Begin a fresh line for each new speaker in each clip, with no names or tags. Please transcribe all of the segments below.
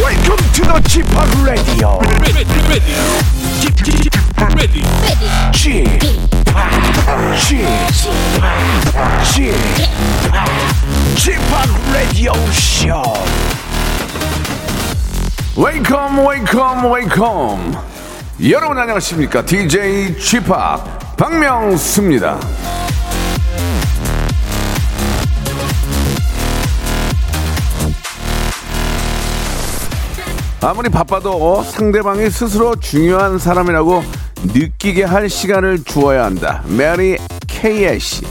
Welcome to the g p o p Radio.
ready, ready, Keep- keep- keep ready.
g p o p g p o p g p o p Radio Show.
웨이컴 웨이컴 웨이컴 여러분 안녕하십니까 DJ g p o p 박명수입니다 아무리 바빠도 상대방이 스스로 중요한 사람이라고 느끼게 할 시간을 주어야 한다 메리 케이애씨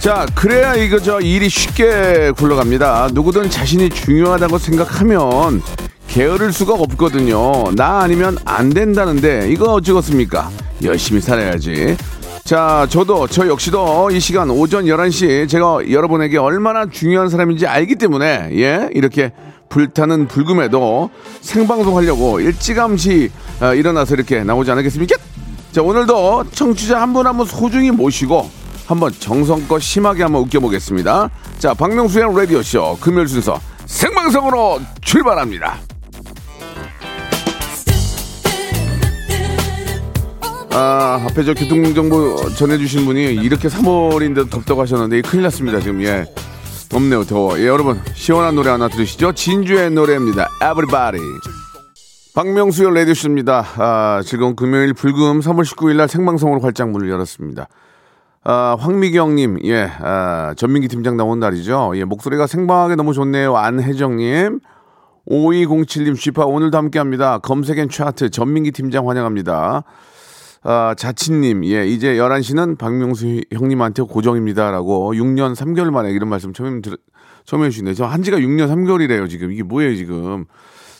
자, 그래야 이거 저 일이 쉽게 굴러갑니다. 누구든 자신이 중요하다고 생각하면 게으를 수가 없거든요. 나 아니면 안 된다는데 이거 어찌겠습니까? 열심히 살아야지. 자, 저도 저 역시도 이 시간 오전 11시 제가 여러분에게 얼마나 중요한 사람인지 알기 때문에 예, 이렇게 불타는 불금에도 생방송 하려고 일찌감치 어, 일어나서 이렇게 나오지 않았겠습니까? 자 오늘도 청취자 한 분 한 분 소중히 모시고 한번 정성껏 심하게 한번 웃겨보겠습니다. 자 박명수의 라디오 쇼 금요일 순서 생방송으로 출발합니다. 아 앞에 저 교통정보 전해주신 분이 이렇게 3월인데도 덥다고 하셨는데 큰일 났습니다 지금 예 덥네요 더워 예 여러분 시원한 노래 하나 들으시죠 진주의 노래입니다 Everybody. 박명수의 레디쇼입니다. 아, 지금 금요일 불금 3월 19일 날 생방송으로 활짝 문을 열었습니다. 아, 황미경님, 예, 아, 전민기 팀장 나온 날이죠. 예, 목소리가 생방하게 너무 좋네요. 안혜정님, 5207님, 쥐파 오늘도 함께 합니다. 검색엔 차트, 전민기 팀장 환영합니다. 아, 자친님, 예, 이제 11시는 박명수 형님한테 고정입니다. 라고 6년 3개월 만에 이런 말씀 처음, 들, 처음 해주시네요. 저 한지가 6년 3개월이래요, 지금. 이게 뭐예요, 지금.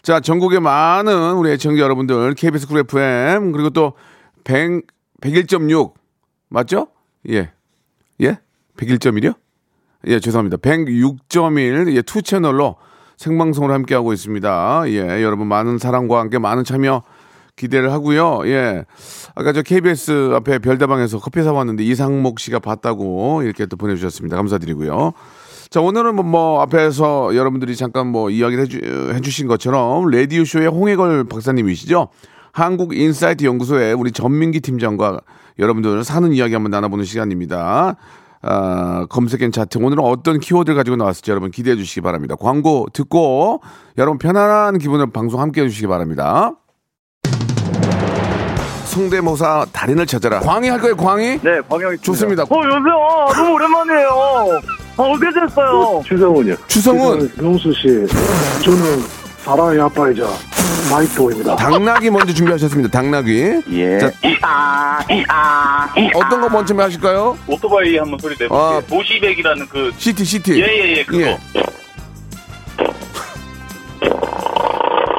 자, 전국의 많은 우리 애청자 여러분들, KBS 쿨 FM, 그리고 또 100, 101.6, 맞죠? 예. 예? 101.1이요? 예, 죄송합니다. 106.1, 예, 투 채널로 생방송을 함께하고 있습니다. 예, 여러분 많은 사랑과 함께 많은 참여 기대를 하고요. 예. 아까 저 KBS 앞에 별다방에서 커피 사왔는데 이상목 씨가 봤다고 이렇게 또 보내주셨습니다. 감사드리고요. 자, 오늘은 뭐, 뭐 앞에서 여러분들이 잠깐 뭐 이야기를 해주, 해주신 것처럼 라디오쇼의 홍해걸 박사님이시죠. 한국인사이트 연구소의 우리 전민기 팀장과 여러분들 사는 이야기 한번 나눠보는 시간입니다. 아, 검색엔 차트 오늘은 어떤 키워드를 가지고 나왔을지 여러분 기대해 주시기 바랍니다. 광고 듣고 여러분 편안한 기분으로 방송 함께 해주시기 바랍니다. 성대모사 달인을 찾아라. 광희 할 거예요, 광희?
네, 방향이
좋습니다.
어, 여보세요. 아, 너무 오랜만이에요. 아, 어떻게 됐어요?
추성훈이요.
추성훈,
명수 씨, 저는 사랑의 아빠이자 마이토입니다.
당나귀 먼저 준비하셨습니다. 당나귀.
예.
자, 어떤 거 먼저 하실까요?
오토바이 한번 소리 내볼게요.
아.
도시백이라는 그
시티, 시티.
예예예 그거.
예.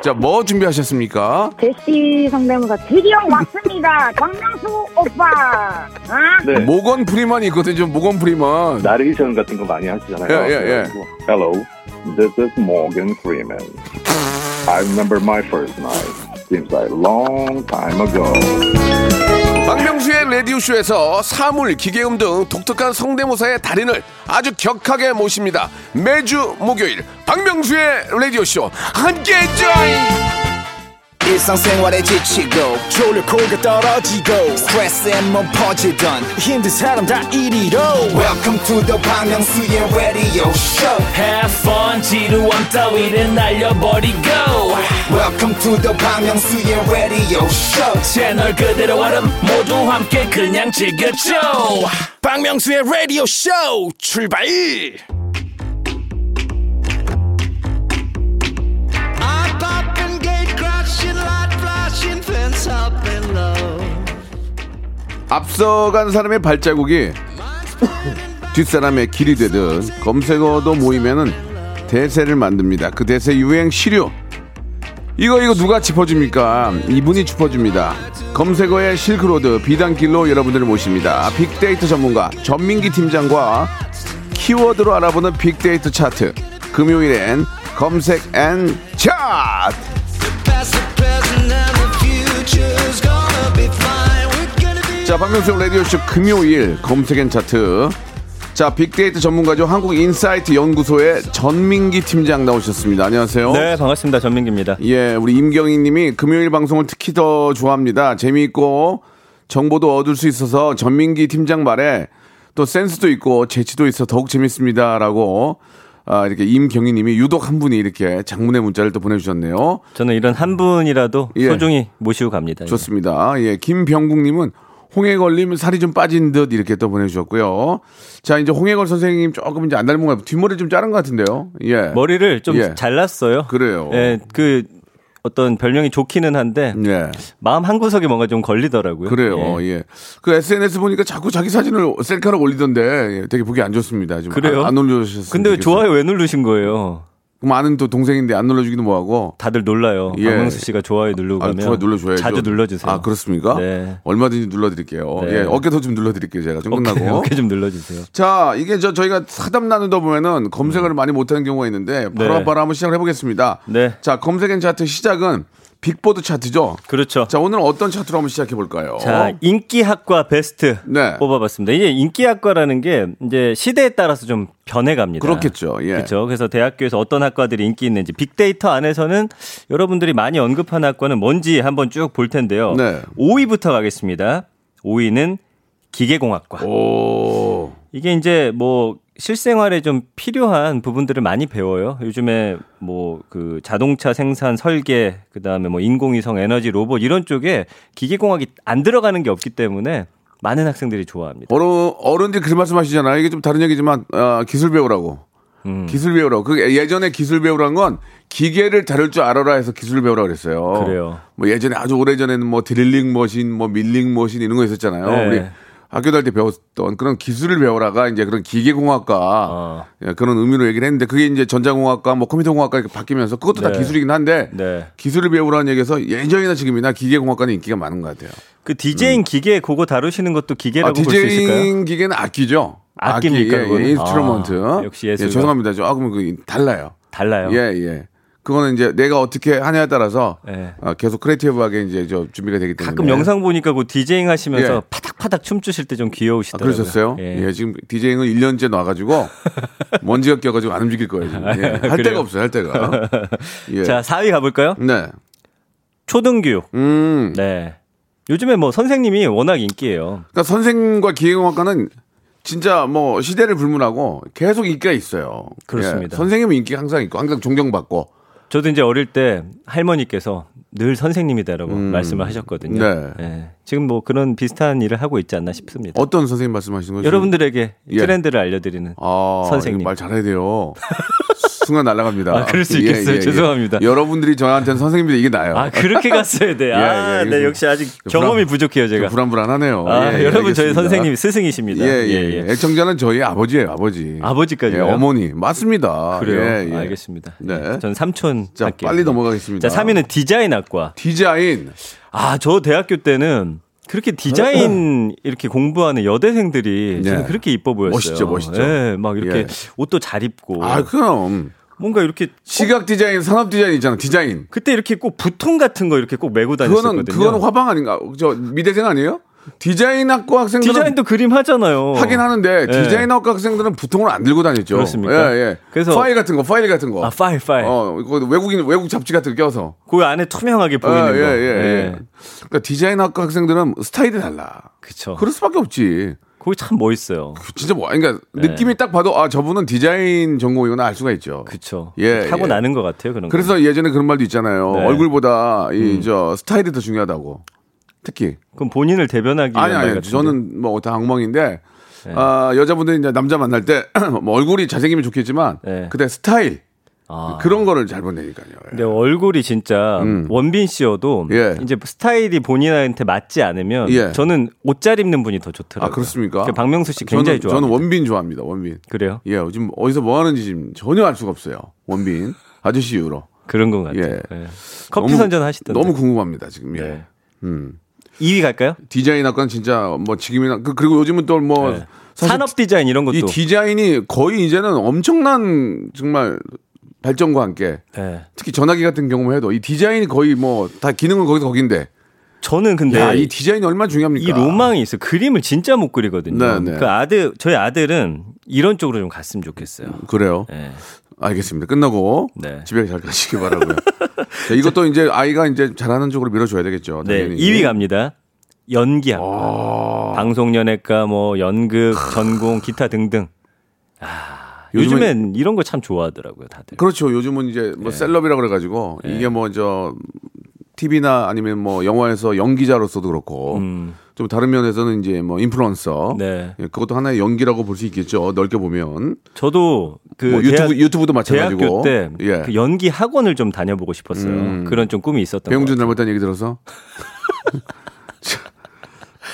자, 뭐 준비하셨습니까?
제시 성대모사 드디어 왔습니다. 박명수 오빠. 아,
네.
모건 프리먼이 있거든요. 모건 프리먼.
네.
나레이션 같은 거 많이 하시잖아요.
예, 예, 예.
Hello, this is Morgan Freeman. I remember my first night. Seems like a long time ago.
박명수의 라디오쇼에서 사물, 기계음 등 독특한 성대모사의 달인을 아주 격하게 모십니다. 매주 목요일 박명수의 라디오쇼 함께해 줘요.
일상생활에 지치고, 졸려 코가 떨어지고, 스트레스에 몸 퍼지던, 힘든 사람 다 이리로. welcome to the Bang Myung-soo's radio show
Have fun, 지루한 따위를 날려버리고.
welcome to the Bang Myung-soo's radio show
채널 그대로 얼음 모두 함께 그냥 즐겨줘. 박명수의 라디오 쇼 출발!
앞서간 사람의 발자국이 뒷사람의 길이 되듯 검색어도 모이면은 대세를 만듭니다. 그 대세 유행 시류. 이거 이거 누가 짚어줍니까? 이분이 짚어줍니다. 검색어의 실크로드 비단길로 여러분들을 모십니다. 빅데이터 전문가 전민기 팀장과 키워드로 알아보는 빅데이터 차트. 금요일엔 검색 앤 차트. 자, 박명수 라디오쇼 금요일 검색엔 차트 자, 빅데이터 전문가죠. 한국인사이트 연구소의 전민기 팀장 나오셨습니다. 안녕하세요.
네, 반갑습니다. 전민기입니다.
예, 우리 임경희 님이 금요일 방송을 특히 더 좋아합니다. 재미있고 정보도 얻을 수 있어서 전민기 팀장 말에 또 센스도 있고 재치도 있어 더욱 재밌습니다라고 아, 이렇게 임경희 님이 유독 한 분이 이렇게 장문의 문자를 또 보내주셨네요.
저는 이런 한 분이라도
예.
소중히 모시고 갑니다. 예.
좋습니다. 예, 김병국 님은 홍해 걸림 살이 좀 빠진 듯 이렇게 또 보내주셨고요. 자, 이제 홍해걸 선생님 조금 이제 안 닮은 것 같아요. 뒷머리 좀 자른 것 같은데요. 예.
머리를 좀
예.
잘랐어요.
그래요.
예, 그 어떤 별명이 좋기는 한데
예.
마음 한 구석에 뭔가 좀 걸리더라고요.
그래요.
예.
예. 그 SNS 보니까 자꾸 자기 사진을 셀카로 올리던데 예, 되게 보기 안 좋습니다. 지금 아,
그래요?
안, 안 올려주셨어요.
근데 왜 좋아요 왜 누르신 거예요?
많은 또 동생인데 안 눌러주기도 뭐하고.
다들 놀라요.
예.
박명수 씨가 좋아요 누르고
아,
가면
좋아 눌러줘야죠.
자주 눌러주세요.
아 그렇습니까?
네.
얼마든지 눌러드릴게요.
네.
예, 어깨도 좀 눌러드릴게요. 제가 좀
어깨,
끝나고.
어깨 좀 눌러주세요.
자, 이게 저 저희가 사담 나누다 보면은 검색을 많이 못하는 경우가 있는데 바로
음. 네.
바로 한번 시작을 해보겠습니다.
네.
자, 검색엔 차트 시작은 빅보드 차트죠.
그렇죠.
자, 오늘 은 어떤 차트로 한번 시작해 볼까요?
자, 인기학과 베스트
네.
뽑아봤습니다. 이제 인기학과라는 게 이제 시대에 따라서 좀 변해갑니다.
그렇겠죠. 예.
그렇죠. 그래서 대학교에서 어떤 학과들이 인기 있는지 빅데이터 안에서는 여러분들이 많이 언급한 학과는 뭔지 한번 쭉 볼 텐데요.
네.
5위부터 가겠습니다. 5위는 기계공학과.
오.
이게 이제 뭐 실생활에 좀 필요한 부분들을 많이 배워요. 요즘에 뭐 그 자동차 생산 설계, 그 다음에 뭐 인공위성, 에너지, 로봇 이런 쪽에 기계공학이 안 들어가는 게 없기 때문에 많은 학생들이 좋아합니다.
어른 어른들 그 말씀하시잖아요. 이게 좀 다른 얘기지만 아, 기술 배우라고.
음.
기술 배우라고. 그 예전에 기술 배우란 건 기계를 다룰 줄 알아라 해서 기술 배우라 그랬어요.
그래요.
뭐 예전에 아주 오래 전에는 뭐 드릴링 머신, 뭐 밀링 머신 이런 거 있었잖아요.
네.
우리 학교 다닐 때 배웠던 그런 기술을 배우라가 이제 그런 기계공학과
어.
예, 그런 의미로 얘기를 했는데 그게 이제 전자공학과 뭐 컴퓨터공학과 이렇게 바뀌면서 그것도 다
네.
기술이긴 한데
네.
기술을 배우라는 얘기에서 예전이나 지금이나 기계공학과는 인기가 많은 것 같아요.
그 디제잉 기계 그거 다루시는 것도 기계라고
음. 아,
볼 수 있을까요?
디제잉 기계는 악기죠.
악기입니까,
악기, 예,
그거는?
예, 인스트루먼트.
아, 역시 예술가.
예, 죄송합니다. 저, 아, 그러면 그 달라요.
달라요.
예, 예. 그거는 이제 내가 어떻게 하냐에 따라서
예.
아, 계속 크리에이티브하게 이제 저 준비가 되기 때문에.
가끔 영상 보니까 그 디제잉 하시면서
예.
파닥파닥 춤추실 때 좀
아,
귀여우시더라고요.
그러셨어요?
예.
예. 지금 디제잉을 1년째 놔가지고 먼지가 껴가지고 안 움직일 거예요. 지금. 예. 할
그래요?
데가 없어요, 할 데가. 예.
자, 4위 가볼까요?
네.
초등교육.
음.
네. 요즘에 뭐 선생님이 워낙 인기예요.
그러니까 선생과 기계공학과는 진짜 뭐 시대를 불문하고 계속 인기가 있어요. 예.
그렇습니다.
선생님은 인기가 항상 있고 항상 존경받고
저도 이제 어릴 때 할머니께서 늘 선생님이다라고 말씀을 하셨거든요.
음. 네.
예. 지금 뭐 그런 비슷한 일을 하고 있지 않나 싶습니다.
어떤 선생님 말씀하시는 거죠?
여러분들에게
예.
트렌드를 알려드리는
아,
선생님.
이거 말 잘해야 돼요. 순간 날아갑니다. 예,
아, 그럴 수 있겠어요. 죄송합니다.
여러분들이 저한테는 선생님인데 이게 나요.
아 그렇게 갔어야 돼. 아,
예, 예.
네 역시 아직 경험이 부족해요 제가.
불안불안하네요.
아,
예, 예,
여러분 저희
알겠습니다.
선생님 스승이십니다.
예, 예, 예. 애청자는 저희 아버지예요, 아버지.
아버지까지요?
예, 어머니. 맞습니다.
그래요.
예, 예.
알겠습니다.
네.
예, 전 삼촌
자,
할게요.
빨리 넘어가겠습니다.
자, 3위는 디자인학과.
디자인.
아, 저 대학교 때는 그렇게 디자인 이렇게 공부하는 여대생들이 저는
네.
그렇게 이뻐 보였어요.
멋있죠, 멋있죠.
예, 막 이렇게
예.
옷도 잘 입고
아, 그럼.
뭔가 이렇게
시각 디자인, 산업 디자인 있잖아. 디자인.
그때 이렇게 꼭 부통 같은 거 이렇게 꼭 메고 다녔었거든요.
그거는 그거는 화방 아닌가? 저 미대생 아니에요? 디자인학과 학생들은
디자인도 그림 하잖아요.
하긴 하는데
예.
디자인학과 학생들은 부통을 안 들고 다녔죠.
그렇습니까?
예, 예.
그래서-
파일 같은 거, 파일 같은 거.
아, 파일 파일.
어, 이거 외국인 외국 잡지 같은 거 껴서.
그 안에 투명하게 보이는
아,
거.
예, 예, 예. 그러니까 디자인학과 학생들은 스타일이 달라.
그쵸.
그럴 수밖에 없지.
거기 참 멋있어요.
그 진짜 뭐 그러니까
네.
느낌이 딱 봐도 아 저분은 디자인 전공이구나 알 수가 있죠.
그쵸.
예,
타고
예.
나는 것 같아요, 그런 거.
그래서 예전에 그런 말도 있잖아요.
네. 음.
얼굴보다 이 저 스타일이 더 중요하다고. 특히
그럼 본인을 대변하기 위한
아니
말
아니
같은데. 네.
저는 뭐 다 악몽인데 아, 여자분들이 이제 남자 만날 때 뭐 얼굴이 잘생기면 좋겠지만
네.
그때 스타일
아. 네,
그런 거를 잘 보내니까요. 아,
근데 얼굴이 진짜 원빈 씨여도
음. 예.
이제 스타일이 본인한테 맞지 않으면
예.
저는 옷 잘 입는 분이 더 좋더라고요.
아 그렇습니까?
그러니까 박명수 씨 굉장히
저는,
좋아.
저는 원빈 좋아합니다. 원빈.
그래요?
예, 요즘 어디서 뭐 하는지 지금 전혀 알 수가 없어요. 원빈 아저씨 이후로.
그런 것 같아요.
예.
예. 커피
너무-
선전 하시던데.
너무 궁금합니다 지금. 예.
네.
음.
2위 갈까요?
디자인학과는 진짜 뭐 지금이나 그- 그리고 요즘은 또 뭐
예. 산업 디자인 이런 것도.
이 디자인이 거의 이제는 엄청난 정말 발전과 함께
예.
특히 전화기 같은 경우 해도 이 디자인이 거의 뭐 다 기능은 거기서 거긴데
저는 근데
야, 이
네. 이,
디자인이 얼마나 중요합니까?
로망이 있어요. 그림을 진짜 못 그리거든요.
네, 네.
그 아들 저희 아들은 이런 쪽으로 좀 갔으면 좋겠어요.
그래요.
예.
알겠습니다. 끝나고
네.
집에 잘 가시길 바라고요. 자, 이것도 이제 아이가 이제 잘하는 쪽으로 밀어줘야 되겠죠.
네,
당연히.
2위 갑니다. 연기학과.
아.
방송연예과, 뭐, 연극, 전공, 기타 등등. 아,
요즘은-
요즘엔 이런 거 참 좋아하더라고요, 다들.
그렇죠. 요즘은 이제
네.
뭐 셀럽이라 그래가지고 이게 뭐 저 TV나 아니면 뭐 영화에서 연기자로서도 그렇고 좀 다른 면에서는 이제 뭐 인플루언서.
음. 네.
예, 그것도 하나의 연기라고 볼 수 있겠죠. 넓게 보면.
저도 그
뭐 유튜브,
대학,
유튜브도
대학교
마찬가지고.
때
예.
그 연기 학원을 좀 다녀보고 싶었어요.
음.
그런 좀 꿈이 있었던 것
배용준
같아요.
닮았다는 얘기 들어서. 참.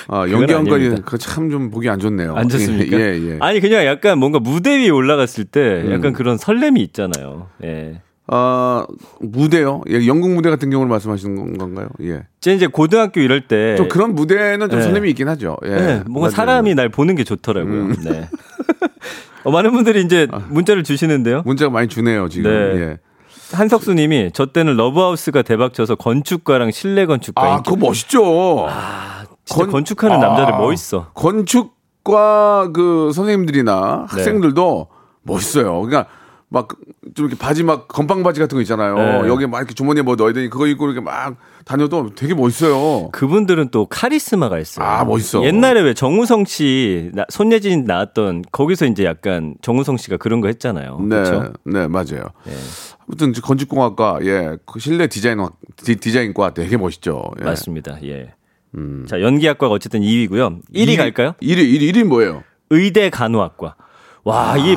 아, 연기한 거,
아닙니다.
그참 좀 보기 안 좋네요.
안 좋습니까?
예, 예. 음. 예.
아니 그냥 약간 뭔가 무대 위에 올라갔을 때 약간 그런 설렘이 있잖아요. 예.
아, 무대요? 예, 영국 무대 같은 경우를 말씀하시는 건- 건가요? 예.
제 이제 고등학교 이럴 때
좀 그런 무대는 좀
예.
설렘이 있긴 하죠. 예.
네, 뭔가
맞아요. 음,
사람이 날 보는 게 좋더라고요. 네. 어, 많은 분들이 이제
아.
문자를 주시는데요.
문자가 많이 주네요, 지금.
네.
예.
한석수 님이 저 때는 러브하우스가 대박쳐서 건축가랑 실내 건축가
아,
그러니까 인기. 아,
그거 멋있죠.
진짜
건-
건... 축하는
아.
남자들 멋있어.
건축과 그 선생님들이나
네.
학생들도 멋있어요. 그러니까 막 좀 이렇게 바지 막 건빵 바지 같은 거 있잖아요.
네.
여기 막 이렇게 주머니에 뭐 넣어야 되니 그거 입고 이렇게 막 다녀도 되게 멋있어요.
그분들은 또 카리스마가 있어요.
아, 멋있어.
옛날에 왜 정우성 씨, 나- 손예진 나왔던 거기서 이제 약간 정우성 씨가 그런 거 했잖아요.
네,
그렇죠?
네 맞아요. 아무튼 이제 건축공학과 예, 그 실내 디자인 학- 디, 디자인과 되게 멋있죠. 예. 음.
맞습니다. 예. 자, 연기학과가 어쨌든 2위고요. 1위
이-
갈까요?
1위 1위 1위 뭐예요?
의대 간호학과. 와, 이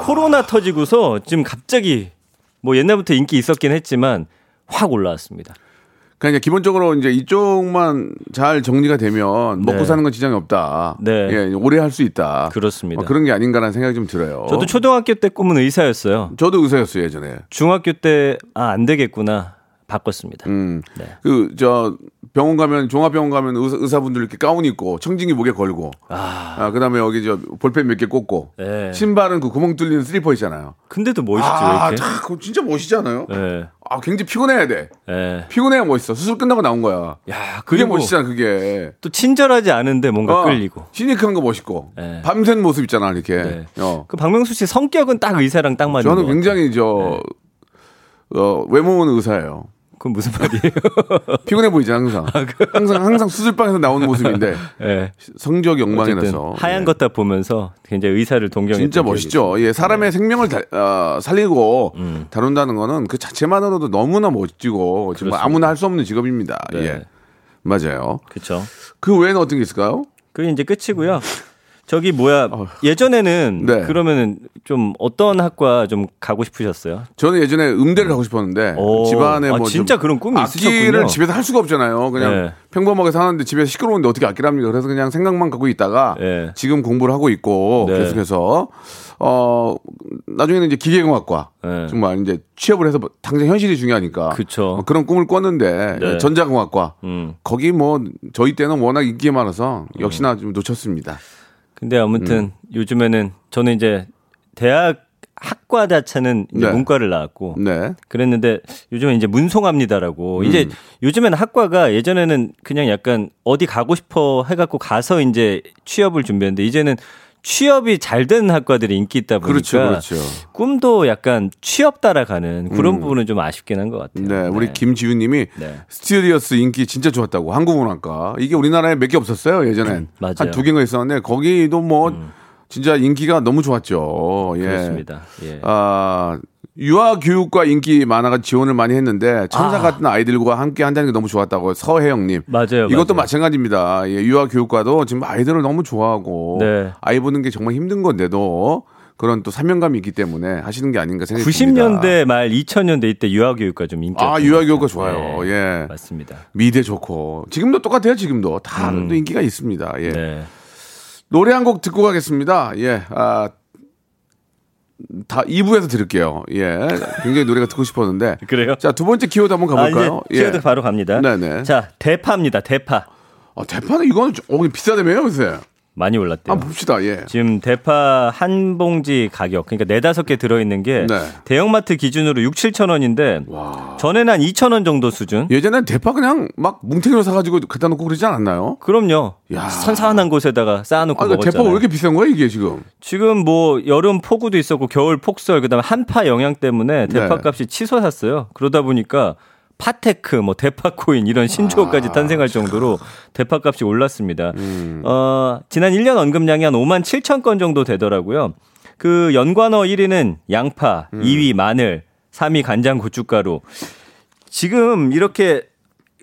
코로나 터지고서 지금 갑자기 뭐 옛날부터 인기 있었긴 했지만 확 올라왔습니다.
그러니까 이제 기본적으로 이제 이쪽만 잘 정리가 되면 먹고
네.
사는 건 지장이 없다.
네.
예, 오래 할 수 있다.
그렇습니다.
어, 그런 게 아닌가라는 생각이 좀 들어요.
저도 초등학교 때 꿈은 의사였어요.
저도 의사였어요 예전에.
중학교 때 아 안 되겠구나 바꿨습니다.
음.
네.
그 저 병원 가면 종합병원 가면 의사, 의사분들 이렇게 가운 입고 청진기 목에 걸고
아,
아 그다음에 여기 저 볼펜 몇 개 꽂고
예.
신발은 그 구멍 뚫리는 슬리퍼 있잖아요.
근데도 멋있죠
아,
이렇게.
참, 그거 진짜 멋있지 않아요?
예,
아, 굉장히 피곤해야 돼.
예.
피곤해야 멋있어. 수술 끝나고 나온 거야.
야,
그게
그리고
멋있잖아, 그게.
또 친절하지 않은데 뭔가
어,
끌리고.
시니크한 거 멋있고.
네.
밤샌 모습 있잖아, 이렇게.
네.
어.
그 박명수 씨 성격은 딱 의사랑 딱 맞는
저는
것
굉장히 저, 어, 외모는 의사예요.
같아요. 그건 무슨 말이에요?
피곤해 보이잖아, 항상.
그
항상, 항상 수술방에서 나오는 모습인데.
예.
성적
어쨌든
욕망이라서.
하얀
예.
것 다 보면서 굉장히 의사를 동경했던
진짜
기억이 네.
멋있죠. 예, 사람의 생명을 다- 어, 살리고
음.
다룬다는 거는 그 자체만으로도 너무나 멋지고 정말
그렇습니다.
아무나 할 수 없는 직업입니다.
네.
예. 맞아요.
그렇죠.
그 외에는 어떤 게 있을까요?
그게 이제 끝이고요. 저기 뭐야 예전에는
어. 네.
그러면은 좀 어떤 학과 좀 가고 싶으셨어요?
저는 예전에 음대를 가고 싶었는데
오.
집안에
아,
뭐
진짜
좀
그런 꿈이
악기를
있으셨군요.
집에서 할 수가 없잖아요. 그냥
네.
평범하게 사는데 집에서 시끄러운데 어떻게 악기를 합니까? 그래서 그냥 생각만 갖고 있다가
네.
지금 공부를 하고 있고
네.
계속해서 어 나중에는 이제 기계공학과
네.
정말 이제 취업을 해서 당장 현실이 중요하니까
그쵸.
어, 그런 꿈을 꿨는데
네.
전자공학과
음.
거기 뭐 저희 때는 워낙 인기 많아서 역시나 좀 놓쳤습니다.
근데 아무튼
음.
요즘에는 저는 이제 대학 학과 자체는 이제
네.
문과를 나왔고
네.
그랬는데 요즘에 이제
음.
문송합니다라고 이제 요즘에는 학과가 예전에는 그냥 약간 어디 가고 싶어 해갖고 가서 이제 취업을 준비했는데 이제는 취업이 잘 되는 학과들이 인기 있다 보니까
그렇죠, 그렇죠. 음.
꿈도 약간 취업 따라가는 그런 부분은 좀 아쉽긴 한 것 같아요.
네, 우리 김지윤님이
네.
스튜디오스 인기 진짜 좋았다고 한국문학과 이게 우리나라에 몇 개 없었어요 예전엔
음, 맞아요. 음.
한 두 개가 있었는데 거기도 뭐 진짜 인기가 너무 좋았죠. 예.
그렇습니다. 예.
아 유아교육과 인기 만화가 지원을 많이 했는데 천사
아.
같은 아이들과 함께 한다는 게 너무 좋았다고 서혜영님.
맞아요.
이것도
맞아요.
마찬가지입니다. 예, 유아교육과도 지금 아이들을 너무 좋아하고
네.
아이 보는 게 정말 힘든 건데도 그런 또 사명감이 있기 때문에 하시는 게 아닌가 생각이 듭니다.
90년대 말 2000년대 이때 유아교육과 좀 인기.
아 유아교육과 좋아요.
네.
예.
맞습니다.
미대 좋고 지금도 똑같아요 지금도 다 또 인기가 있습니다 예
음. 네.
노래 한 곡 듣고 가겠습니다 예아다 2부에서 들을게요 예 굉장히 노래가 듣고 싶었는데
그래요?
자 두 번째 키워드 한번
아, 이제
가볼까요 예.
키워드 바로 갑니다.
네네
자, 대파입니다. 대파.
아, 대파는 이거는 좀- 어 이거 비싸다며요 요새
많이 올랐대요.
한번 봅시다. 예.
지금 대파 한 봉지 가격 그러니까 네 다섯 개 들어있는 게
네.
대형마트 기준으로 6, 7천 원인데 전에는 한 2천 원 정도 수준.
예전엔 대파 그냥 막 뭉탱이로 사가지고 갖다 놓고 그러지 않았나요?
그럼요.
야.
선선한 곳에다가 쌓아놓고
아, 그러니까
먹었잖아요.
대파 왜 이렇게 비싼 거야 이게 지금?
지금 뭐 여름 폭우도 있었고 겨울 폭설 그다음에 한파 영향 때문에 대파값이 치솟았어요. 그러다 보니까 파테크, 뭐 대파코인 이런 신조어까지 탄생할 정도로 대파값이 올랐습니다. 어, 지난 1년 언급량이 한 5만 7천 건 정도 되더라고요. 그 연관어 1위는 양파, 2위 마늘, 3위 간장 고춧가루. 지금 이렇게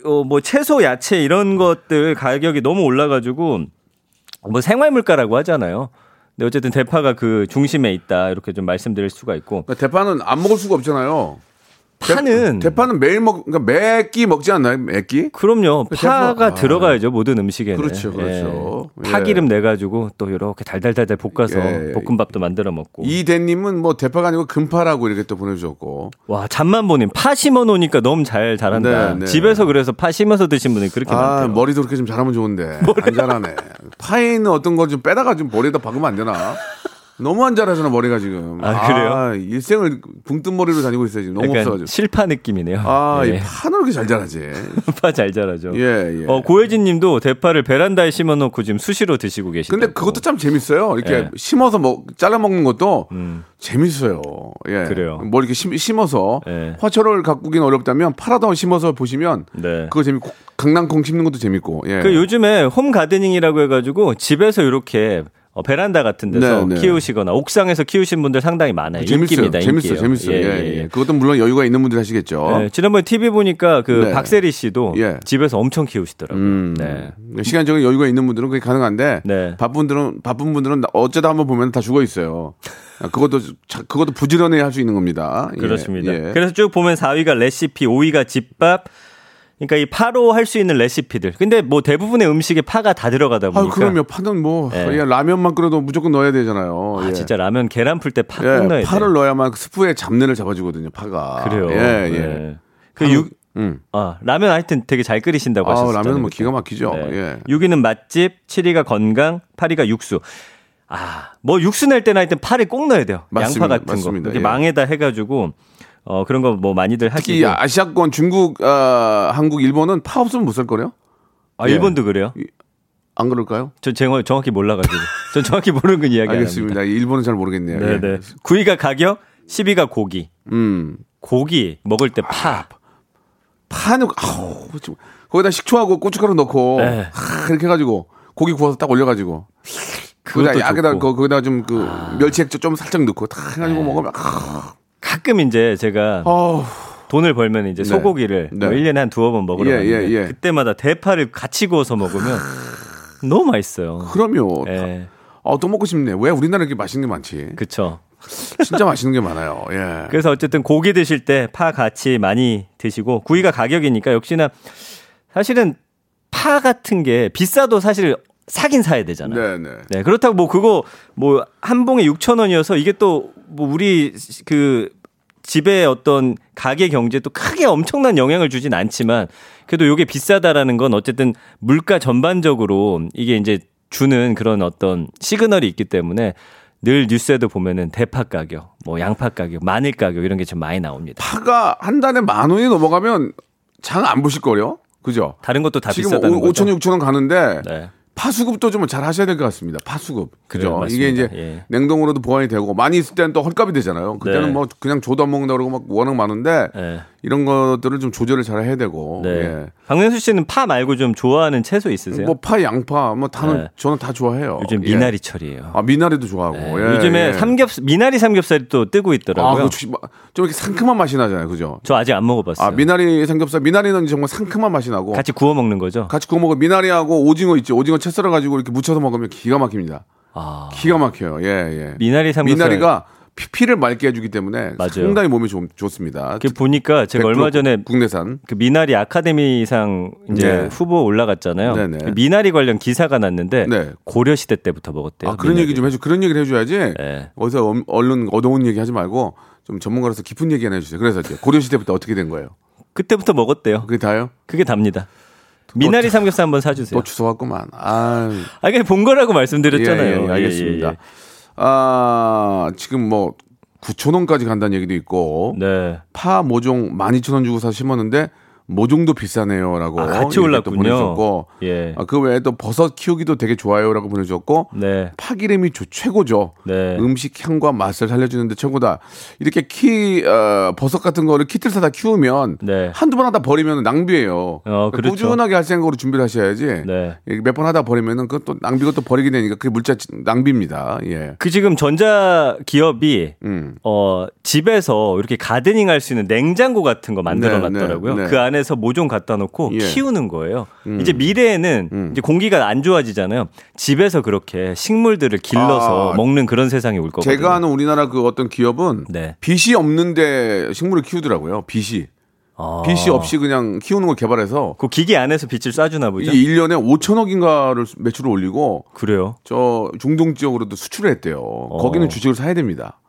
어, 뭐 채소, 야채 이런 것들 가격이 너무 올라가지고 뭐 생활 물가라고 하잖아요. 근데 어쨌든 대파가 그 중심에 있다 이렇게 좀 말씀드릴 수가 있고
그러니까 대파는 안 먹을 수가 없잖아요. 대-
파는
대파는 매일 먹, 그러니까 매끼 먹지 않나요? 매끼?
그럼요
대파-
파가
아.
들어가야죠 모든 음식에는
그렇죠, 그렇죠.
예.
예.
파기름 내 가지고 또 이렇게 달달달달 볶아서
예.
볶음밥도 만들어 먹고
이대님은 뭐 대파가 아니고 금파라고 이렇게 또 보내주셨고.
와 잠만보님 파 심어 놓으니까 너무 잘 자란다
네, 네.
집에서 그래서 파 심어서 드신 분이 그렇게
아
많대요
머리도 그렇게 좀 잘하면 좋은데 안 잘하네. 파에 있는 어떤 걸 좀 빼다가 좀 머리에다 박으면 안 되나? 너무 안 잘하잖아 머리가 지금.
아, 그래요?
일생을 붕뜬 머리로 다니고 있어요 지금 너무
약간
없어가지고.
실파 느낌이네요
아, 이
예.
파는 왜 이렇게 잘 자라지?
파 잘 자라죠
예, 예.
어 고혜진 님도 대파를 베란다에 심어 놓고 지금 수시로 드시고 계시다
근데 그것도 참 재밌어요. 이렇게
예. 음.
심어서 먹, 잘라 먹는 것도 재밌어요. 예.
그래요.
뭐 이렇게 심, 심어서
예.
화초를 가꾸긴 어렵다면 파라다 심어서 보시면
네.
그거 재밌고 강낭콩 심는 것도 재밌고. 예.
그 요즘에 홈 가드닝이라고 해가지고 집에서 이렇게 어, 베란다 같은 데서
네, 네.
키우시거나 옥상에서 키우신 분들 상당히 많아요.
재밌어요.
네, 인기입니다.
재밌어요.
인기예요.
재밌어요. 예, 예,
예.
그것도 물론 여유가 있는 분들 하시겠죠.
네, 지난번에 TV 보니까 그
네.
박세리 씨도
예.
집에서 엄청 키우시더라고요.
음.
네.
시간적인 여유가 있는 분들은 그게 가능한데
네.
바쁜 분들은 바쁜 분들은 어쩌다 한번 보면 다 죽어 있어요. 아, 그것도 자- 그것도 부지런히 할 수 있는 겁니다. 예,
그렇습니다.
예.
그래서 쭉 보면 4위가 레시피, 5위가 집밥. 그러니까 이 파로 할 수 있는 레시피들. 근데 뭐 대부분의 음식에 파가 다 들어가다
아유,
보니까
그럼요. 파는 뭐
예.
예, 라면만 끓여도 무조건 넣어야 되잖아요.
아,
예.
진짜 라면 계란 풀 때파
예,
넣어야 돼.
파를 넣어야만 스프의 잡내를 잡아주거든요. 파가.
그래요.
예, 예.
네. 그 육,
음.
아, 라면 하여튼 되게 잘 끓이신다고
아우,
하셨어요.
라면은 뭐 기가 막히죠.
네.
예.
6위는 맛집, 7위가 건강, 8위가 육수. 아, 뭐 육수 낼 때나 하여튼 파를 꼭 넣어야 돼요.
맞습니다.
양파 같은
맞습니다.
거. 이렇게
예.
망에다 해가지고 어 그런 거 뭐 많이들
특히
하시고.
아시아권 중국, 아, 한국, 일본은 파 없으면 못 살 거래요? 예.
아, 일본도 그래요?
안 그럴까요?
저 제가 정확히 몰라가지고. 전 정확히 모르는 건 이야기 안
알겠습니다. 예, 일본은 잘 모르겠네요.
합니다.
예.
네네. 9위가 가격, 10위가 고기.
음.
고기 먹을
아,
때 파.
파는 아우 좀- 거기다 식초하고 고춧가루 넣고
네.
하, 이렇게 해가지고 고기 구워서 딱 올려가지고 거기다
그것도
약에다
좋고. 아. 네.
거, 거기다 좀 그 멸치액젓 좀 살짝 넣고 다 해가지고 먹으면 아,
가끔 이제 제가
어우,
돈을 벌면 이제 소고기를
네.
뭐 1년에 한 두어 번 먹으러
예,
가는데
예, 예.
그때마다 대파를 같이 구워서 먹으면 너무 맛있어요.
그럼요.
예.
어, 또 먹고 싶네. 왜 우리나라 이렇게 맛있는 게 많지?
그쵸.
진짜 맛있는 게 많아요. 예.
그래서 어쨌든 고기 드실 때 파 같이 많이 드시고 구이가 가격이니까 역시나 사실은 파 같은 게 비싸도 사실 사긴 사야 되잖아요.
네네.
네, 그렇다고 뭐 그거 뭐 한 봉에 6천 원이어서 이게 또 뭐 우리 그 집의 어떤 가계 경제에 또 크게 엄청난 영향을 주진 않지만 그래도 요게 비싸다라는 건 어쨌든 물가 전반적으로 이게 이제 주는 그런 어떤 시그널이 있기 때문에 늘 뉴스에도 보면은 대파 가격, 뭐 양파 가격, 마늘 가격 이런 게 좀 많이 나옵니다.
파가 한 달에 만 원이 넘어가면 장 안 보실 거요. 그죠?
다른 것도 다
지금
비싸다는
5천
거죠.
0 6천 원 가는데
네.
파수급도 좀 잘 하셔야 될 것 같습니다. 파수급.
그래요,
그죠?
맞습니다.
이게 이제
예.
냉동으로도 보관이 되고 많이 있을 때는 또 헐값이 되잖아요. 그때는
네.
뭐 그냥 줘도 안 먹는다 그러고 막 워낙 많은데
네.
이런 것들을 좀 조절을 잘 해야 되고.
네. 박명수 씨는 파 말고 좀 좋아하는 채소 있으세요?
예. 뭐 파, 양파, 뭐 다는
네.
저는 다 좋아해요.
요즘
예.
미나리철이에요.
아, 미나리도 좋아하고.
네,
예,
요즘에
예.
삼겹 미나리 삼겹살이 또 뜨고
아,
있더라고요.
그거 주- 좀 이렇게 상큼한 맛이 나잖아요. 그죠?
저 아직 안 먹어봤어요.
아, 미나리 삼겹살. 미나리는 정말 상큼한 맛이 나고. 같이,
같이 구워 먹는 거죠?
구워 먹을 미나리하고 오징어 있죠. 오징어 채 썰어 가지고 이렇게 무쳐서 먹으면 기가 막힙니다.
아,
기가 막혀요. 예, 예.
미나리 삼겹살.
미나리가 피- 피를 맑게 해주기 때문에
맞아요.
상당히 몸이 좋, 좋습니다.
그 보니까 제가
100%
얼마 전에
국내산
그 미나리 아카데미상 이제
네.
후보 올라갔잖아요.
네네.
그 미나리 관련 기사가 났는데
네.
고려 시대 때부터 먹었대요.
아, 그런
미나리.
얘기 좀 해줘 그런 얘기를 해줘야지
네.
어디서 엄- 얼른 어두운 얘기 하지 말고 좀 전문가로서 깊은 얘기 하나 해주세요. 그래서 이제 고려 시대부터 어떻게 된 거예요?
그때부터 먹었대요.
그게 다요?
그게 답니다. 미나리 삼겹살 한번 사주세요.
또 주워왔구만. 아,
아, 그냥 본 거라고 말씀드렸잖아요.
예, 예, 알겠습니다.
예, 예.
아, 지금 뭐 9,000원까지 간다는 얘기도 있고
네.
파 모종 12,000원 주고 사 심었는데 모종도 비싸네요라고
아,
이렇게
같이
또
올랐군요.
보내주셨고
예.
아, 그 외에 또 버섯 키우기도 되게 좋아요라고 보내주셨고
네.
파기름이 조, 최고죠.
네.
음식 향과 맛을 살려주는데 최고다. 이렇게 키 어, 버섯 같은 거를 키틀 사다 키우면
네.
한두 번 하다 버리면 낭비예요. 그러니까
그렇죠.
꾸준하게 할 생각으로 준비를 하셔야지.
네.
몇 번 하다 버리면은 그또 낭비고 또 버리게 되니까 그게 물자 지- 낭비입니다. 예.
그 지금 전자 기업이
음.
어 집에서 이렇게 가드닝 할 수 있는 냉장고 같은 거 만들어
네,
놨더라고요.
네, 네.
그 안에서 모종 갖다 놓고
예. 음.
키우는 거예요. 이제 미래에는 이제 공기가 안 좋아지잖아요. 집에서 그렇게 식물들을 길러서
아,
먹는 그런 세상이 올 거거든요.
제가 아는 우리나라 그 어떤 기업은
네.
빚이 없는데 식물을 키우더라고요. 빚이.
아.
빚이 없이 그냥 키우는 걸 개발해서
그 기계 안에서 빛을 쏴주나
이게
보죠.
1년에 5천억인가를 매출을 올리고
그래요.
저 중동 지역으로도 수출을 했대요.
어.
거기는 주식을 사야 됩니다.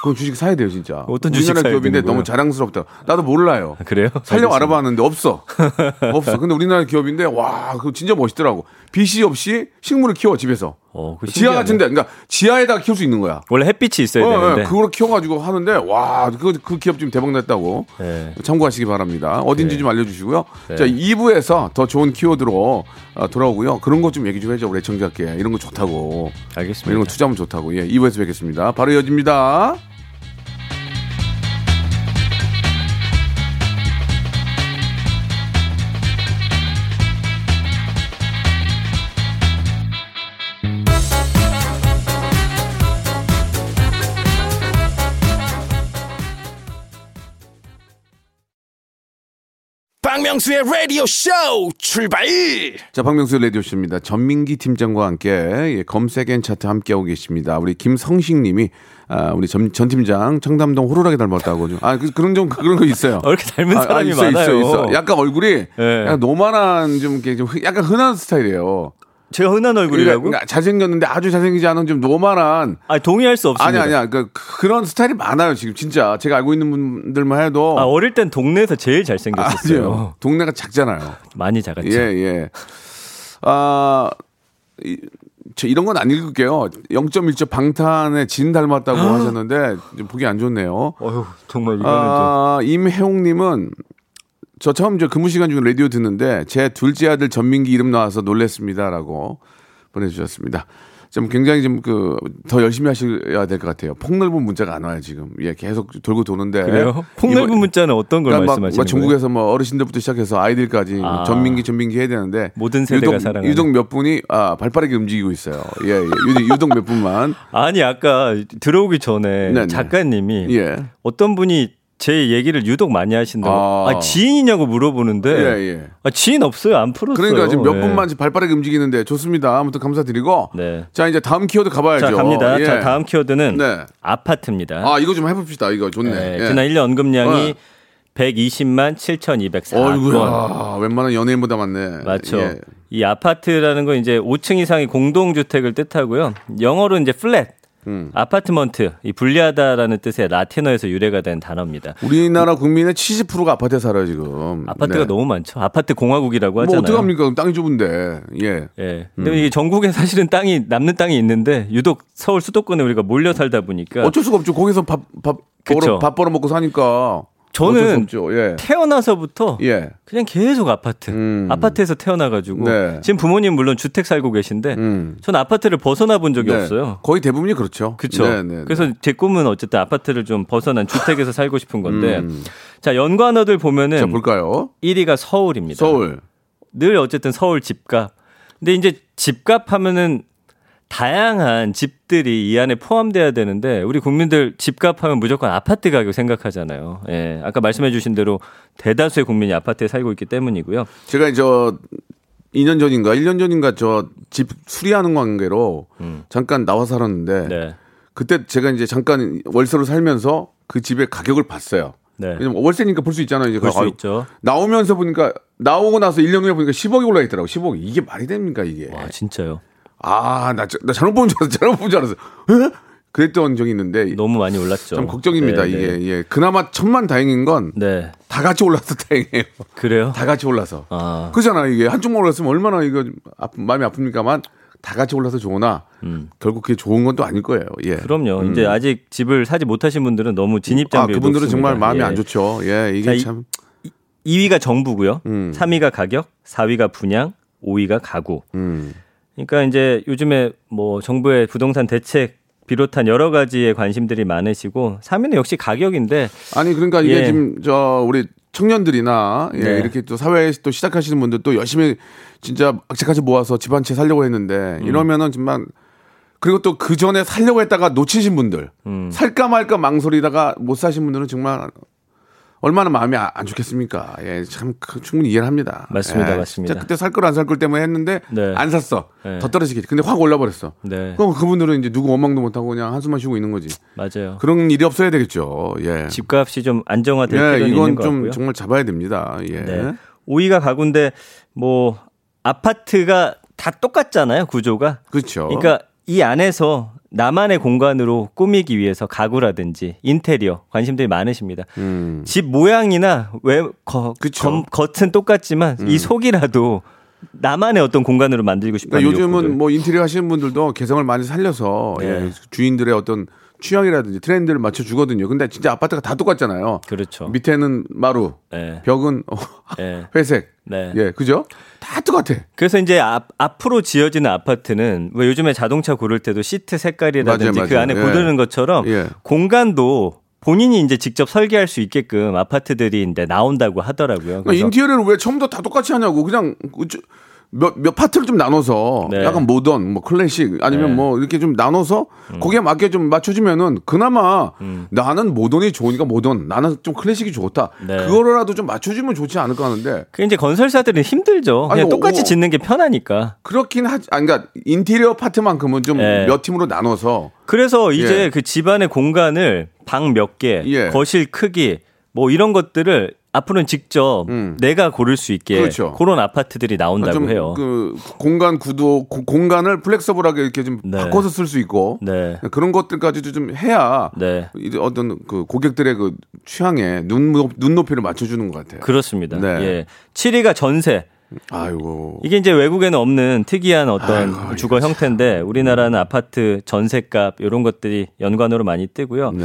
그건 주식 사야 돼요, 진짜.
어떤 주식
우리나라
사야
기업인데
되는 거예요?
너무 자랑스럽다. 나도 몰라요.
아, 그래요?
살려
알겠습니다.
알아봤는데 없어. 없어. 근데 우리나라 기업인데 와, 그거 진짜 멋있더라고. 빚이 없이 식물을 키워 집에서.
어, 그거
지하
신기하네.
같은 데 그러니까 지하에다가 키울 수 있는 거야.
원래 햇빛이 있어야
어,
되는데.
예, 그걸 키워가지고 하는데 와, 그, 그 기업 지금 대박 났다고
네.
참고하시기 바랍니다. 어딘지 좀 알려주시고요.
네.
자, 2부에서 더 좋은 키워드로 어, 돌아오고요. 그런 것 좀 얘기 좀 해줘 우리 청자께 이런 거 좋다고. 뭐
알겠습니다.
이런 거 투자하면 좋다고. 예, 2부에서 뵙겠습니다. 바로 이어집니다.
박명수의 라디오 쇼 출발!
자, 박명수 레디오쇼입니다. 전민기 팀장과 함께 예, 검색 앤 차트 함께하고 계십니다. 우리 김성식 님이 아, 우리 전, 전 팀장 청담동 호루라기 닮았다고. 좀. 아, 그, 그런 좀 그런 거 있어요.
어, 이렇게 닮은 사람이
있어, 있어,
많아요.
있어. 약간 얼굴이
예.
약간 노만한 좀, 이렇게 좀 흔- 약간 흔한 스타일이에요.
제가 흔한 얼굴이라고?
그러니까 잘생겼는데 아주 잘생기지 않은 좀 노만한
아 동의할 수 없습니다.
아니 아니야. 그러니까 그런 스타일이 많아요, 지금 진짜. 제가 알고 있는 분들만 해도
아, 어릴 땐 동네에서 제일
아니에요.
잘생겼었어요.
동네가 작잖아요.
많이 작았죠.
예, 예. 아, 이, 저 이런 건 안 읽을게요. 0.1조 방탄의 진 닮았다고
아.
하셨는데 좀 보기 안 좋네요.
어휴, 정말 이거는
아, 임혜웅님은 저 처음 저 근무 시간 중에 라디오 듣는데 제 둘째 아들 전민기 이름 나와서 놀랬습니다라고 보내주셨습니다. 좀 굉장히 좀 그 더 열심히 하셔야 될 것 같아요. 폭넓은 문자가 안 와요 지금. 예, 계속 돌고 도는데.
좀 그래요. 폭넓은
예. 이번-
문자는 어떤 걸
그러니까 막- 막
말씀하시는 거예요?
중국에서 뭐 어르신들부터 시작해서 아이들까지 뭐
아.
전민기 전민기 해야 되는데
모든 세대가
유독,
사랑하는.
유독 몇 분이 아 발빠르게 움직이고 있어요. 예, 예. 유독, 유독 몇 분만
아니 아까 들어오기 전에
네네.
작가님이
예.
어떤 분이 제 얘기를 유독 많이 하신다고
아.
아, 지인이냐고 물어보는데
예, 예.
아, 지인 없어요 안 풀었어요.
그러니까 지금 몇
예.
분만 지금 발빠르게 움직이는데 좋습니다. 아무튼 감사드리고
네.
자 이제 다음 키워드 가봐야죠.
자 갑니다.
예.
자 다음 키워드는
네.
아파트입니다.
아 이거 좀 해봅시다. 이거 좋네.
네,
예.
지난 1년
네.
언급량이 120만 7,204건.
어이구야. 아, 웬만한 연예인보다 많네.
아, 뭐. 맞죠.
예.
이 아파트라는 건 이제 5층 이상의 공동주택을 뜻하고요. 영어로 이제 플랫,
음.
아파트먼트, 이 분리하다라는 뜻의 라틴어에서 유래가 된 단어입니다.
우리나라 국민의 70%가 아파트에 살아요 지금.
아파트가
네.
너무 많죠. 아파트 공화국이라고
뭐
하잖아요.
어떻게 합니까? 그럼 땅이 좁은데. 예.
예. 근데 이게 전국에 사실은 땅이 남는 땅이 있는데 유독 서울 수도권에 우리가 몰려 살다 보니까
어쩔 수가 없죠. 거기서 밥밥 벌어
그쵸.
밥 벌어 먹고 사니까. 어쩔 수
저는
없죠. 예.
태어나서부터
예.
그냥 계속 아파트,
음.
아파트에서 태어나가지고
네.
지금 부모님 물론 주택 살고 계신데
음.
전 아파트를 벗어나 본 적이
네.
없어요.
거의 대부분이 그렇죠.
그렇죠.
네, 네, 네.
그래서 제 꿈은 어쨌든 아파트를 좀 벗어난 주택에서 살고 싶은 건데
음.
자 연관어들 보면은
자 볼까요?
1위가 서울입니다.
서울.
늘 어쨌든 서울 집값. 근데 이제 집값 하면은 다양한 집들이 이 안에 포함돼야 되는데 우리 국민들 집값 하면 무조건 아파트 가격 생각하잖아요. 예. 아까 말씀해 주신 대로 대다수의 국민이 아파트에 살고 있기 때문이고요.
제가 이제 2년 전인가 1년 전인가 저 집 수리하는 관계로 잠깐 나와 살았는데
음. 네.
그때 제가 이제 잠깐 월세로 살면서 그 집의 가격을 봤어요.
네.
왜냐면 월세니까 볼 수 있잖아요. 이제
볼 수
아유,
있죠.
나오면서 보니까 나오고 나서 1년 후에 보니까 10억이 올라 있더라고. 10억. 이게 말이 됩니까 이게?
와, 진짜요.
아, 나, 저- 나 잘못 본 줄 알았어. 잘못 본 줄 알았어. 에? 그랬던 적이 있는데
너무 많이 올랐죠.
참 걱정입니다.
네, 네.
이게 예. 그나마 천만 다행인 건 다
네.
다 같이 올라서 다행이에요.
그래요?
다 같이 올라서.
아,
그렇잖아 이게 한쪽만 올랐으면 얼마나 이거 아 마음이 아픕니까만 다 같이 올라서 좋으나 결국 그게 좋은 건 또 아닐 거예요. 예.
음. 그럼요. 이제 아직 집을 사지 못하신 분들은 너무 진입
아
장벽이
그분들은
높습니다.
정말 마음이
예.
안 좋죠. 예
자,
이게
이-
참
2위가 정부고요.
음.
3위가 가격, 4위가 분양, 5위가 가구.
음.
그러니까 이제 요즘에 뭐 정부의 부동산 대책 비롯한 여러 가지의 관심들이 많으시고 3위는 역시 가격인데
아니 그러니까 이게
예.
지금 저 우리 청년들이나 예,
네.
이렇게 또 사회에 또 시작하시는 분들 또 열심히 진짜 악착같이 모아서 집 한 채 살려고
음.
했는데 이러면은 정말 그리고 또 그 전에 살려고 했다가 놓치신 분들
음.
살까 말까 망설이다가 못 사신 분들은 정말 얼마나 마음이 아- 안 좋겠습니까? 예, 참 그- 충분히 이해를 합니다.
맞습니다,
예,
맞습니다.
진짜 그때 살 걸 안 살 걸 때문에 했는데
네.
안 샀어.
네.
더 떨어지겠지. 근데 확 올라 버렸어.
네.
그럼 그분들은 이제 누구 원망도 못 하고 그냥 한숨만 쉬고 있는 거지.
맞아요.
그런 일이 없어야 되겠죠. 예.
집값이 좀
예,
안정화될 필요는 있는
이건
것
좀
같고요.
정말 잡아야 됩니다. 예.
네. 5위가 가구인데 뭐 아파트가 다 똑같잖아요, 구조가.
그렇죠.
그러니까 이 안에서 나만의 공간으로 꾸미기 위해서 가구라든지 인테리어 관심들이 많으십니다.
음.
집 모양이나 외 거,
그쵸. 음.
겉- 겉은 똑같지만 이 속이라도 나만의 어떤 공간으로 만들고 싶다는
그러니까 요즘은
욕구들.
뭐 인테리어 하시는 분들도 개성을 많이 살려서 예,
예.
주인들의 어떤 취향이라든지 트렌드를 맞춰 주거든요. 근데 진짜 아파트가 다 똑같잖아요.
그렇죠.
밑에는 마루,
예.
벽은
예.
회색.
네.
예, 그죠? 다 똑같아.
그래서 이제 앞, 앞으로 지어지는 아파트는 왜 요즘에 자동차 고를 때도 시트 색깔이라든지
맞아요,
그
맞아요.
안에
예.
고르는 것처럼
예.
공간도 본인이 이제 직접 설계할 수 있게끔 아파트들이 이제 나온다고 하더라고요.
그러니까
그래서
인테리어를 왜 처음부터 다 똑같이 하냐고 그냥 어쩌- 몇, 몇 파트를 좀 나눠서
네.
약간 모던, 뭐 클래식 아니면
네. 음.
뭐 이렇게 좀 나눠서 거기에 맞게 좀 맞춰주면은 그나마 나는 모던이 좋으니까 모던, 나는 좀 클래식이 좋다.
네.
그거라도 좀 맞춰주면 좋지 않을까 하는데
그 이제 건설사들은 힘들죠.
아니,
그냥 똑같이
어.
짓는 게 편하니까.
그렇긴 하지. 아, 그러니까 인테리어 파트만큼은 좀 몇
네.
팀으로 나눠서
그래서 이제
예.
그 집안의 공간을 방 몇 개,
예.
거실 크기 뭐 이런 것들을 앞으로는 직접
음.
내가 고를 수 있게
그렇죠.
그런 아파트들이 나온다고 해요.
좀그 공간 구도, 고- 공간을 플렉서블하게 이렇게 좀
네.
바꿔서 쓸 수 있고
네.
그런 것들까지도 좀 해야
네.
이제 어떤 그 고객들의 그 취향에 눈 눈높이를 맞춰주는 것 같아요.
그렇습니다.
네.
예. 7위가 전세.
아이고
이게 이제 외국에는 없는 특이한 어떤
아이고,
주거 형태인데 우리나라는 아파트 전세값 이런 것들이 연관으로 많이 뜨고요.
네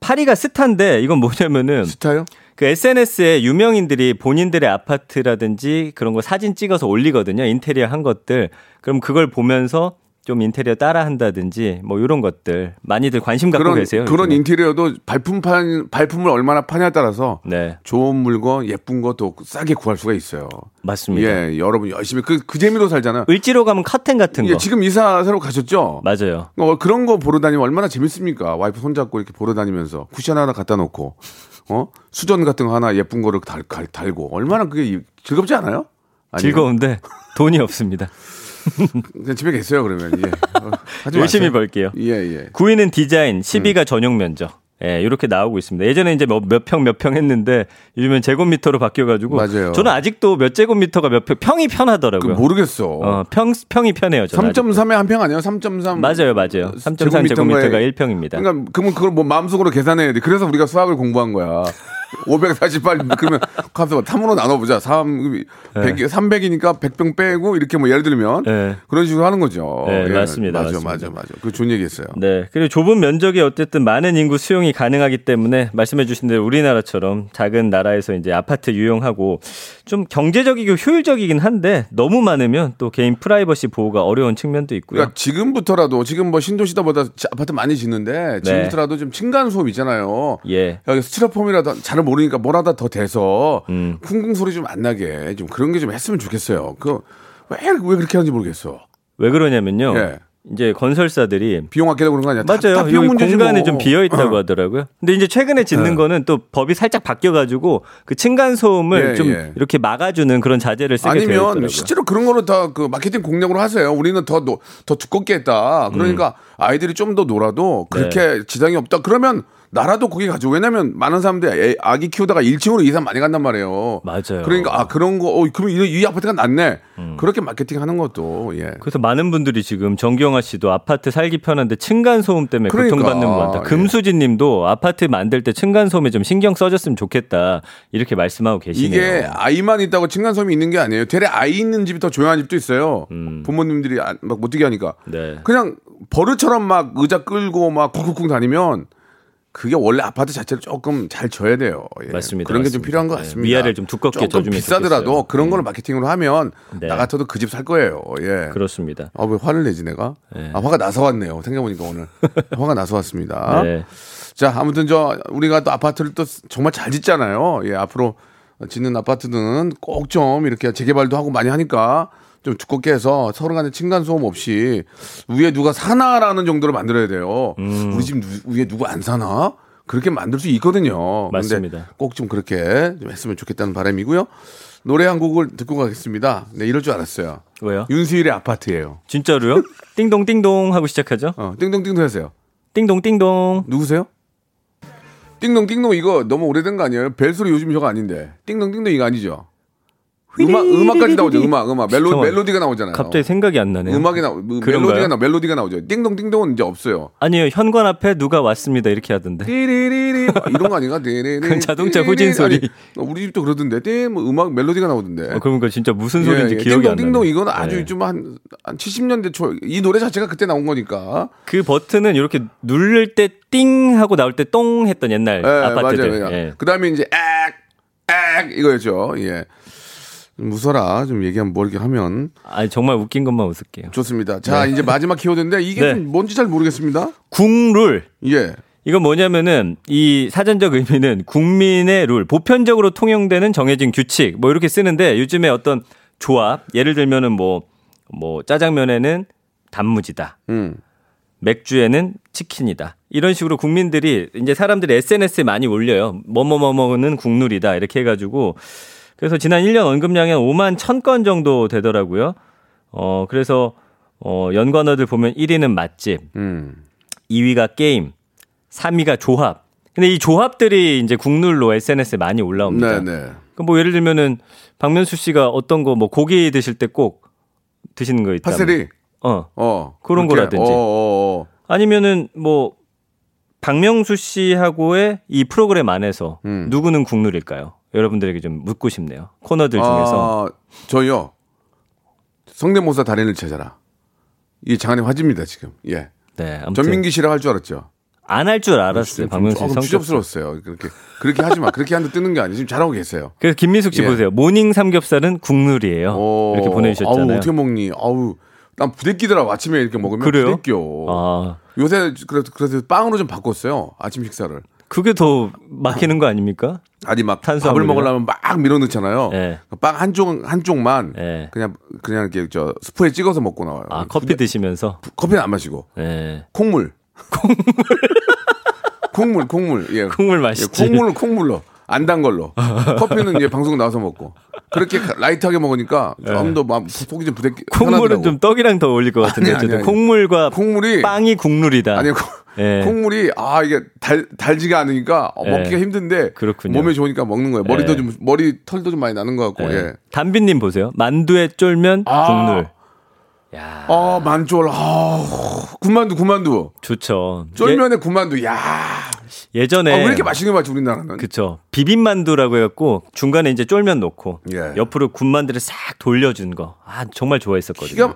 8위가 스타인데 이건 뭐냐면은
스타요?
그 SNS에 유명인들이 본인들의 아파트라든지 그런 거 사진 찍어서 올리거든요. 인테리어 한 것들. 그럼 그걸 보면서 좀 인테리어 따라 한다든지 뭐 이런 것들 많이들 관심 갖고
그런
계세요.
그런
요즘에.
인테리어도 발품판 발품을 얼마나 파냐에 따라서
네.
좋은 물건 예쁜 것도 싸게 구할 수가 있어요.
맞습니다.
예 여러분 열심히 그 그 재미로 살잖아요.
을지로 가면 커튼 같은 거.
예, 지금 이사 새로 가셨죠?
맞아요.
어, 그런 거 보러 다니면 얼마나 재밌습니까? 와이프 손잡고 이렇게 보러 다니면서 쿠션 하나 갖다 놓고 어 수전 같은 거 하나 예쁜 거를 달, 갈- 달고 얼마나 그게 이- 즐겁지 않아요? 아니에요?
즐거운데 돈이 없습니다.
그냥 집에 계세요 그러면 예. 어, 하지
열심히
마세요.
벌게요.
예 예.
9위는 디자인, 10위가 전용 면적. 예, 이렇게 나오고 있습니다. 예전에 이제 뭐 몇 평 몇 평 했는데 요즘엔 제곱미터로 바뀌어가지고
맞아요.
저는 아직도 몇 제곱미터가 몇 평, 평이
그
편하더라고요.
모르겠어.
어, 평 평이 편해요. 저는
3.3에 한 평 아니에요? 3.3
맞아요, 맞아요. 3.3
제곱미터인 거에-
제곱미터가 1평입니다.
그러니까 그러면 그걸 뭐 마음속으로 계산해야 돼. 그래서 우리가 수학을 공부한 거야. 548 그러면 값을 3으로 나눠보자. 3 100, 300이니까 100병 빼고 이렇게 뭐 예를 들면
네.
그런 식으로 하는 거죠. 예.
네, 맞습니다,
맞아,
맞습니다.
맞아, 맞아. 그 좋은 얘기했어요.
네. 그리고 좁은 면적이 어쨌든 많은 인구 수용이 가능하기 때문에 말씀해 주신 대로 우리나라처럼 작은 나라에서 이제 아파트 유용하고 좀 경제적이고 효율적이긴 한데 너무 많으면 또 개인 프라이버시 보호가 어려운 측면도 있고요.
그러니까 지금부터라도 지금 뭐 신도시다보다 지- 아파트 많이 짓는데 지금부터라도 좀 층간 소음 있잖아요.
네. 예.
여기 스티로폼이라도 잘 모르니까 뭐라다 더 돼서
음.
쿵쿵 소리 좀 안 나게 좀 그런 게 좀 했으면 좋겠어요. 그왜왜 그렇게 하는지 모르겠어.
왜 그러냐면요.
예.
이제 건설사들이
비용 아끼다 그런 거 아니야? 다-
맞아요.
다 비용
여기
문제지
공간에
뭐. 어.
좀 비어 있다고 하더라고요. 근데 이제 최근에 짓는 거는 또 법이 살짝 바뀌어가지고 그 층간 소음을
예,
좀
예.
이렇게 막아주는 그런 자재를 쓰게 되어
아니면
있더라고요. 음.
실제로 그런 거로 다 그 마케팅 공략으로 하세요. 우리는 더, 노- 더 두껍게 했다. 그러니까 아이들이 좀 더 놀아도 그렇게
네.
지장이 없다. 그러면 나라도 거기 가지고 왜냐면 많은 사람들이 애- 아기 키우다가 1층으로 이사 많이 간단 말이에요.
맞아요. 음.
그러니까 아 그런 거, 어, 그럼 이, 이 아파트가 낫네. 그렇게 마케팅하는 것도 예.
그래서 많은 분들이 지금 정경화 씨도 아파트 살기 편한데 층간 소음 때문에
그러니까.
고통받는 것 같다.
예.
금수진 님도 아파트 만들 때 층간 소음에 좀 신경 써줬으면 좋겠다. 이렇게 말씀하고 계시네요.
이게 아이만 있다고 층간소음이 있는 게 아니에요. 되레 아이 있는 집이 더 조용한 집도 있어요. 부모님들이 안- 막 못뛰게 하니까.
음. 네.
그냥 버릇처럼 막 의자 끌고 막 쿵쿵쿵 다니면 그게 원래 아파트 자체를 조금 잘 져야 돼요. 예.
맞습니다.
그런 게 좀
맞습니다.
필요한 것
예,
같습니다.
위아래를 좀 두껍게
조금
져주면
비싸더라도
좋겠어요.
그런 걸 마케팅으로 하면
네.
나 같아도 그 집 살 거예요. 예.
그렇습니다.
아, 왜 화를 내지 내가? 아, 화가 나서 왔네요. 생각해보니까 오늘. 화가 나서 왔습니다.
네.
자, 아무튼 저 우리가 또 아파트를 또 정말 잘 짓잖아요. 예, 앞으로 짓는 아파트는 꼭 좀 이렇게 재개발도 하고 많이 하니까 좀 두껍게 해서 서로 간에 층간 소음 없이 위에 누가 사나라는 정도로 만들어야 돼요.
음.
우리 집 누- 위에 누구 안 사나? 그렇게 만들 수 있거든요.
맞습니다.
꼭 좀 그렇게 좀 했으면 좋겠다는 바람이고요. 노래 한 곡을 듣고 가겠습니다. 네, 이럴 줄 알았어요.
왜요?
윤수일의 아파트예요.
진짜로요? 띵동 띵동 하고 시작하죠.
어, 띵동띵동 하세요.
띵동 띵동.
누구세요? 띵동 띵동 이거 너무 오래된 거 아니에요? 벨소리 요즘 저거 아닌데 띵동 띵동 이거 아니죠? 음악 음악까지 나오죠 음악 음악 멜로
잠깐만.
멜로디가 나오잖아요.
갑자기 생각이 안 나네요.
음악이 나 음,
그런가요?
멜로디가 나 멜로디가 나오죠. 띵동 띵동은 이제 없어요.
아니요. 현관 앞에 누가 왔습니다. 이렇게 하던데.
띠리리리 막 이런 거 아닌가? 띠리리
그건 자동차
띠리리.
후진 소리.
아니, 어, 우리 집도 그러던데 띠뭐 음악 멜로디가 나오던데.
어, 그러니까 진짜 무슨 소리인지
예, 예.
기억이 안 나네요.
띵동 띵동 이건 아주
네.
좀 한 한 70년대 초 이 노래 자체가 그때 나온 거니까.
그 버튼은 이렇게 누를 때 띵 하고 나올 때 똥 했던 옛날
예,
아파트들.
맞아요.
예.
그다음에 이제 액, 액 이거였죠. 예. 무서라 좀 얘기하면 뭐 이렇게 하면
아 정말 웃긴 것만 웃을게요.
좋습니다. 자 이제 마지막 키워드인데 이게
네.
좀 뭔지 잘 모르겠습니다.
궁룰.
예.
이건 뭐냐면은 이 사전적 의미는 국민의 룰, 보편적으로 통용되는 정해진 규칙 뭐 이렇게 쓰는데 요즘에 어떤 조합 예를 들면은 뭐 뭐 짜장면에는 단무지다.
음.
맥주에는 치킨이다. 이런 식으로 국민들이 이제 사람들이 SNS에 많이 올려요. 뭐뭐뭐 먹는 국룰이다. 이렇게 해 가지고 그래서 지난 1년 언급량이 한 5만 1000건 정도 되더라고요. 어, 그래서 어, 연관어들 보면 1위는 맛집,
음.
2위가 게임, 3위가 조합. 근데 이 조합들이 이제 국룰로 SNS에 많이 올라옵니다.
네네.
그럼 뭐 예를 들면은 박명수 씨가 어떤 거 뭐 고기 드실 때 꼭 드시는 거 있다.
파슬리.
어.
어.
그런
그렇게.
거라든지.
어, 어, 어.
아니면은 뭐 박명수 씨하고의 이 프로그램 안에서
음.
누구는 국룰일까요? 여러분들에게 좀 묻고 싶네요. 코너들 그 중에서.
아, 저요. 성대모사 달인을 찾아라. 이 장안의 화제입니다 지금. 예.
네. 아무튼
전민기 씨라 할 줄 알았죠.
안 할 줄 알았어요. 박명수 씨
조금
성격.
추접스러웠어요. 그렇게 그렇게 하지 마. 그렇게 한데 뜨는 게 아니에요. 지금 잘하고 계세요.
그래서 김민숙 씨
예.
보세요. 모닝 삼겹살은 국룰이에요.
어,
이렇게 보내주셨잖아요.
아우, 어떻게 먹니? 아우, 난 부대끼더라고. 아침에 이렇게 먹으면
그래요?
부대껴.
아,
요새 그래서, 그래서 빵으로 좀 바꿨어요. 아침 식사를.
그게 더 막히는 거 아닙니까?
아니 막 밥을
탄수화물이요?
먹으려면 막 밀어넣잖아요.
예.
빵 한쪽 한쪽만
예.
그냥 그냥 이렇게 저 스프에 찍어서 먹고 나와요.
아, 커피 드시면서.
커피는 안 마시고
예.
콩물. 콩물. 콩물, 예.
콩물
예,
맛있지.
콩물을 콩물로 안 단 걸로 커피는 이제 방송 나와서 먹고 그렇게 가- 라이트하게 먹으니까 좀 더막 속이 좀 부대
예. 콩물은 좀 떡이랑 더 어울릴 것 같은데
뭐. 아니, 아니,
어쨌든
아니.
콩물과
콩물이
빵이 국룰이다.
아니 콩,
예.
콩물이 아 이게 달 달지가 않으니까 어,
예.
먹기가 힘든데
그렇군요.
몸에 좋으니까 먹는 거예요. 머리도
예.
좀 머리 털도 좀 많이 나는 것 같고
예.
예.
담비님 보세요. 만두에 쫄면
아.
국룰.
아 만졸 아 군만두 군만두
좋죠.
쫄면에 군만두 야
예, 전에
아, 왜 이렇게 맛있는 거 맞지 우리나라는
그쵸. 비빔만두라고 해갖고 중간에 이제 쫄면 넣고
예.
옆으로 군만두를 싹 돌려준 거. 아 정말 좋아했었거든요.
기가 와,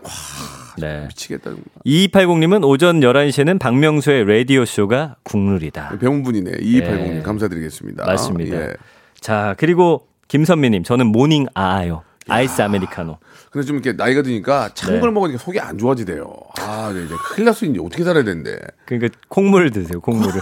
네.
미치겠다
2280님은 오전 11시에는 박명수의 라디오 쇼가 국룰이다.
배운 분이네 2280님 감사드리겠습니다
예. 맞습니다.
예.
자, 그리고 김선미님, 저는 모닝 아아요. 아이스 아메리카노.
근데 좀 이렇게 나이가 드니까 찬
네.
걸 먹으니까 속이 안 좋아지대요 아 네, 이제 큰일 날수 있는데 어떻게 살아야 되는데
그러니까 콩물을 드세요, 콩물을.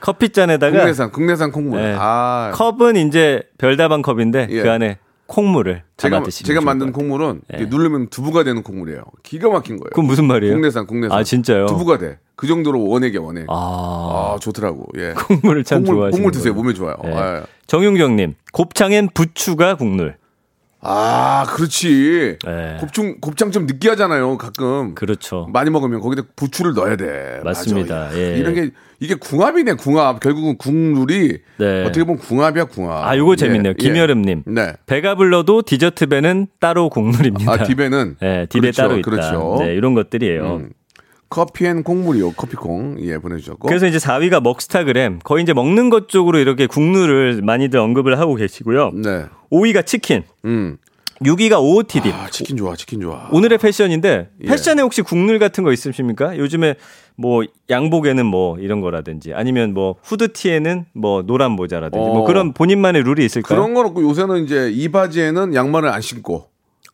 커피잔에다가
국내산 국내산 콩물
네.
아
컵은 이제 별다방 컵인데
예.
그 안에 콩물을 담아
제가
드시면
제가
좋을
만든
것 같아요. 예.
콩물은 이렇게 누르면 두부가 되는 콩물이에요 기가 막힌 거예요
그건 무슨 말이에요?
국내산 국내산
아, 진짜요?
두부가 돼그 정도로 원액에 원액 아,
아,
좋더라고 예
콩물을 참
콩물,
좋아하시는
콩물 드세요
거예요.
몸에 좋아요
예.
예.
정윤경님, 곱창엔 부추가 국룰.
아, 그렇지.
네.
곱창, 곱창 좀 느끼하잖아요, 가끔.
그렇죠.
많이 먹으면 거기다 부추를 넣어야 돼.
맞습니다.
맞아.
예.
이런 게, 이게 궁합이네, 궁합. 결국은 국룰이
네.
어떻게 보면 궁합이야, 궁합.
아, 요거
예,
재밌네요.
예.
김여름님.
네.
배가 불러도 디저트 배는 따로 국물입니다.
아, 디베는
네, 디베
그렇죠,
따로 있다.
그렇죠.
네, 이런 것들이에요.
음. 커피 앤 콩물이요. 커피콩. 예, 보내주셨고.
그래서 이제 4위가 먹스타그램. 거의 이제 먹는 것 쪽으로 이렇게 국룰을 많이들 언급을 하고 계시고요.
네.
5위가 치킨.
음.
6위가 OOTD.
아, 치킨 좋아, 치킨 좋아.
오늘의 패션인데
예.
패션에 혹시 국룰 같은 거 있으십니까? 요즘에 뭐 양복에는 뭐 이런 거라든지 아니면 뭐 후드티에는 뭐 노란 모자라든지
어.
뭐 그런 본인만의 룰이 있을까요?
그런 건 없고 요새는 이제 이 바지에는 양말을 안 신고.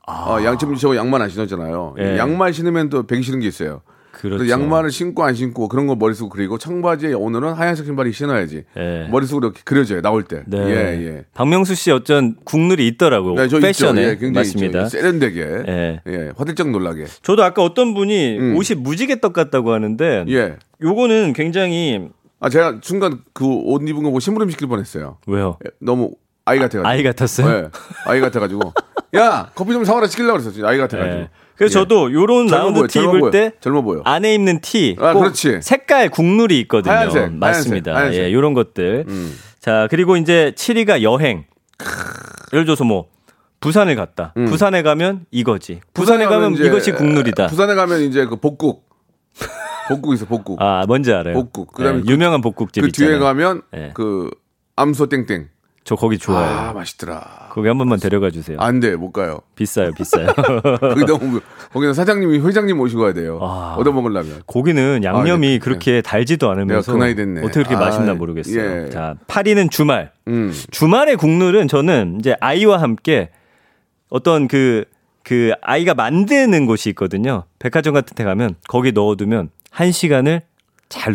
어, 양치미 저거 양말 안 신었잖아요.
아. 예.
양말 신으면 또 배기 싫은 게 있어요.
그렇죠.
그래서 양말을 신고 안 신고 그런 거 머릿속으로 그리고 청바지에 오늘은 하얀색 신발이 신어야지.
예.
머릿속으로 이렇게 그려져요. 나올 때.
네.
예, 예.
박명수 씨 어쩐 국룰이 있더라고요.
네, 저 있죠.
패션에
예, 굉장히
맞습니다.
있죠. 세련되게.
예.
예, 화들짝 놀라게.
저도 아까 어떤 분이
음.
옷이 무지개 떡 같다고 하는데
예.
요거는 굉장히
아, 제가 순간 그 옷 입은 거 보고 심부름 시킬 뻔했어요.
왜요?
예, 너무 아이 같아가지고.
아이 같았어요? 네.
예, 아이 같아가지고. 야, 커피 좀 사와라 시키려고 그랬었지. 아이 같아가지고.
예. 그래서
예.
저도 요런
젊어
라운드
보여,
티
젊어
입을
보여,
때
젊어 보여.
안에 입는 티.
아,
꼭
그렇지.
색깔 국룰이 있거든요.
하얀색, 하얀색,
맞습니다.
하얀색. 음.
예, 요런 것들. 자, 그리고 이제 7위가 여행. 예를 들어서 뭐 부산을 갔다. 부산에 가면 이거지. 부산에, 가면
음. 이제,
이것이 국룰이다.
부산에 가면 이제 그 복국. 복국 있어, 복국.
아, 뭔지 알아요.
복국. 그다음에
예,
그-
유명한 복국집
그 뒤에
있잖아요.
가면
예.
그 암소 땡땡.
저 거기 좋아요.
아, 맛있더라.
거기 한 번만 데려가 주세요.
안 돼, 못 가요.
비싸요, 비싸요.
거기 너무, 그 거기는 사장님이 회장님 모시고 가야 돼요.
아.
얻어먹으려면.
고기는 양념이
아, 네.
그렇게 달지도
내가
않으면서
그 나이 됐네.
어떻게 그렇게
아,
맛있나 모르겠어요.
예.
자, 8위는 주말.
음.
주말의 국룰은 저는 이제 아이와 함께 어떤 그, 그 아이가 만드는 곳이 있거든요. 백화점 같은 데 가면 거기 넣어두면 한 시간을 잘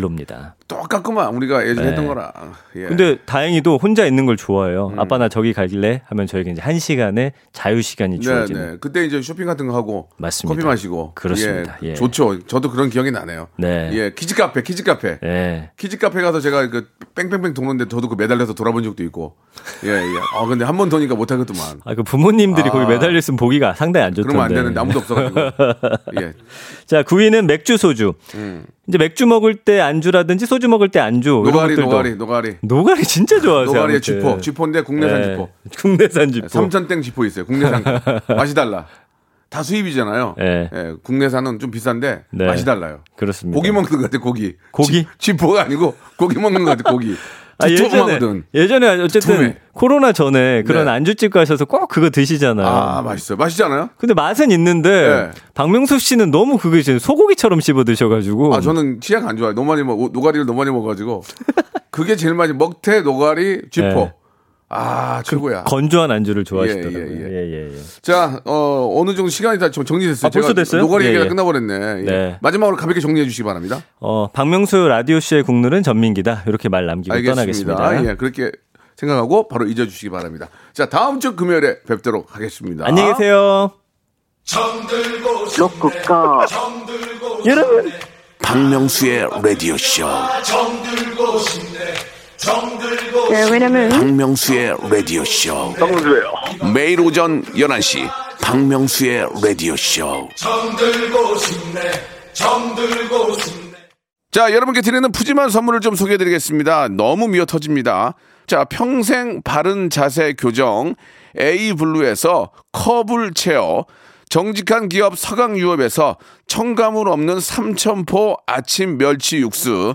예.
놉니다.
똑같구만, 우리가 예전에
네.
했던 거랑. 예.
근데 다행히도 혼자 있는 걸 좋아해요.
음.
아빠 나 저기 갈래? 하면 저에게 이제 한 시간의 자유 시간이
네,
주어지는.
네. 그때 이제 쇼핑 같은 거 하고
맞습니다.
커피 마시고
그렇습니다.
예,
예.
좋죠. 저도 그런 기억이 나네요.
네.
예, 키즈 카페, 키즈 카페.
예.
키즈 카페 가서 제가 그 뺑뺑뺑 도는데 저도 그 매달려서 돌아본 적도 있고. 예, 예. 아, 근데 한 번 도니까 못 하겠더만.
아, 그 부모님들이
아.
거기 매달려 있으면 보기가 상당히 안 좋던데.
그러면 안 되는데 아무도 없어 가지고. 예.
자, 9위는 맥주 소주. 이제 맥주 먹을 때 안주라든지 소주 먹을 때 안주. 이런
음. 노가리,
것들도.
노가리, 노가리.
노가리 진짜 좋아하세요.
노가리의
아무튼.
쥐포, 쥐포인데 국내산
예,
쥐포.
국내산 쥐포.
삼천땡 쥐포 있어요. 국내산. 맛이 달라. 다 수입이잖아요.
예.
예, 국내산은 좀 비싼데
네.
맛이 달라요.
그렇습니다.
고기 먹는 것 같아 고기.
고기?
쥐, 쥐포가 아니고 고기 먹는 것 같아 고기.
아, 예전에
두툼하거든.
예전에 어쨌든
두툼해.
코로나 전에 그런
네.
안주집 가셔서 꼭 그거 드시잖아요.
아 맛있어. 맛있지 않아요?
근데 맛은 있는데
네.
박명수 씨는 너무 그거 이제 소고기처럼 씹어 드셔가지고
아 저는 치약 안 좋아해. 너무 많이 먹 오- 노가리를 너무 많이 먹어가지고 그게 제일 많이 먹태 노가리 쥐포.
네. 그
아 최고야.
건조한 안주를 좋아하시더라고요.
예, 예,
예,
예.
예, 예.
자, 어, 어느 정도 시간이 다 좀 정리됐어요.
아, 벌써
제가
됐어요?
노가리
예,
얘기가
예.
끝나버렸네. 예.
네.
마지막으로 가볍게 정리해 주시기 바랍니다.
어, 박명수 라디오 씨의 국룰은 전민기다. 이렇게 말 남기고 떠나겠습니다.
알겠습니다. 예, 그렇게 생각하고 바로 잊어주시기 바랍니다. 자, 다음 주 금요일에 뵙도록 하겠습니다.
안녕히 계세요.
여러분
박명수의 라디오 쇼.
네, 왜냐면
박명수의 라디오 쇼. 매일 오전 11시 박명수의 라디오 쇼.
자, 여러분께 드리는 푸짐한 선물을 좀 소개해 드리겠습니다. 너무 미어 터집니다. 자, 평생 바른 자세 교정 A 블루에서 커블 체어 정직한 기업 서강유업에서 청가물 없는 삼천포 아침 멸치 육수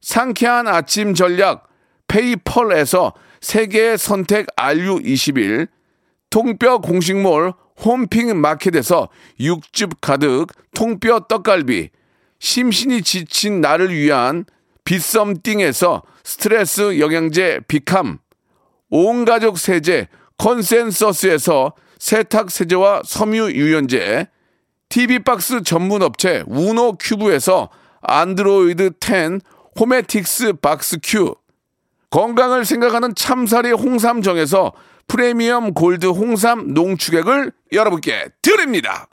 상쾌한 아침 전략 페이펄에서 세계 선택 RU21, 통뼈 공식몰 홈핑 마켓에서 육즙 가득 통뼈 떡갈비, 심신이 지친 나를 위한 비썸띵에서 스트레스 영양제 비캄, 온 가족 세제 컨센서스에서 세탁 세제와 섬유 유연제, TV 박스 전문 업체 우노 큐브에서 안드로이드 10 호메틱스 박스 큐, 건강을 생각하는 참사리 홍삼정에서 프리미엄 골드 홍삼 농축액을 여러분께 드립니다.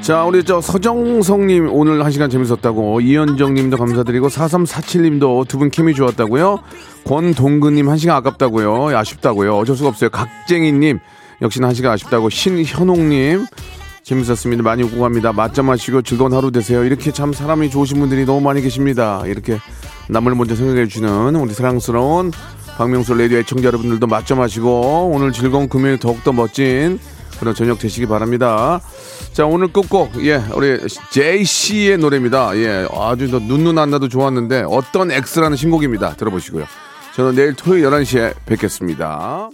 자, 우리 저 서정성님 오늘 한 시간 재밌었다고 이현정님도 감사드리고 4347님도 두 분 케미 좋았다고요. 권동근님 한 시간 아깝다고요. 아쉽다고요. 어쩔 수가 없어요. 각쟁이님 역시나 한 시간 아쉽다고 신현옥님 재밌었습니다. 많이 웃고 갑니다. 맞점 마시고 즐거운 하루 되세요. 이렇게 참 사람이 좋으신 분들이 너무 많이 계십니다. 이렇게 남을 먼저 생각해 주는 우리 사랑스러운 박명수 레디오 애청자 여러분들도 맞점 하시고 오늘 즐거운 금요일 더욱더 멋진 그런 저녁 되시기 바랍니다. 자 오늘 끝곡 예 우리 제이 씨의 노래입니다. 예 아주 저 눈눈 안 나도 좋았는데 어떤 X라는 신곡입니다. 들어보시고요. 저는 내일 토요일 11시에 뵙겠습니다.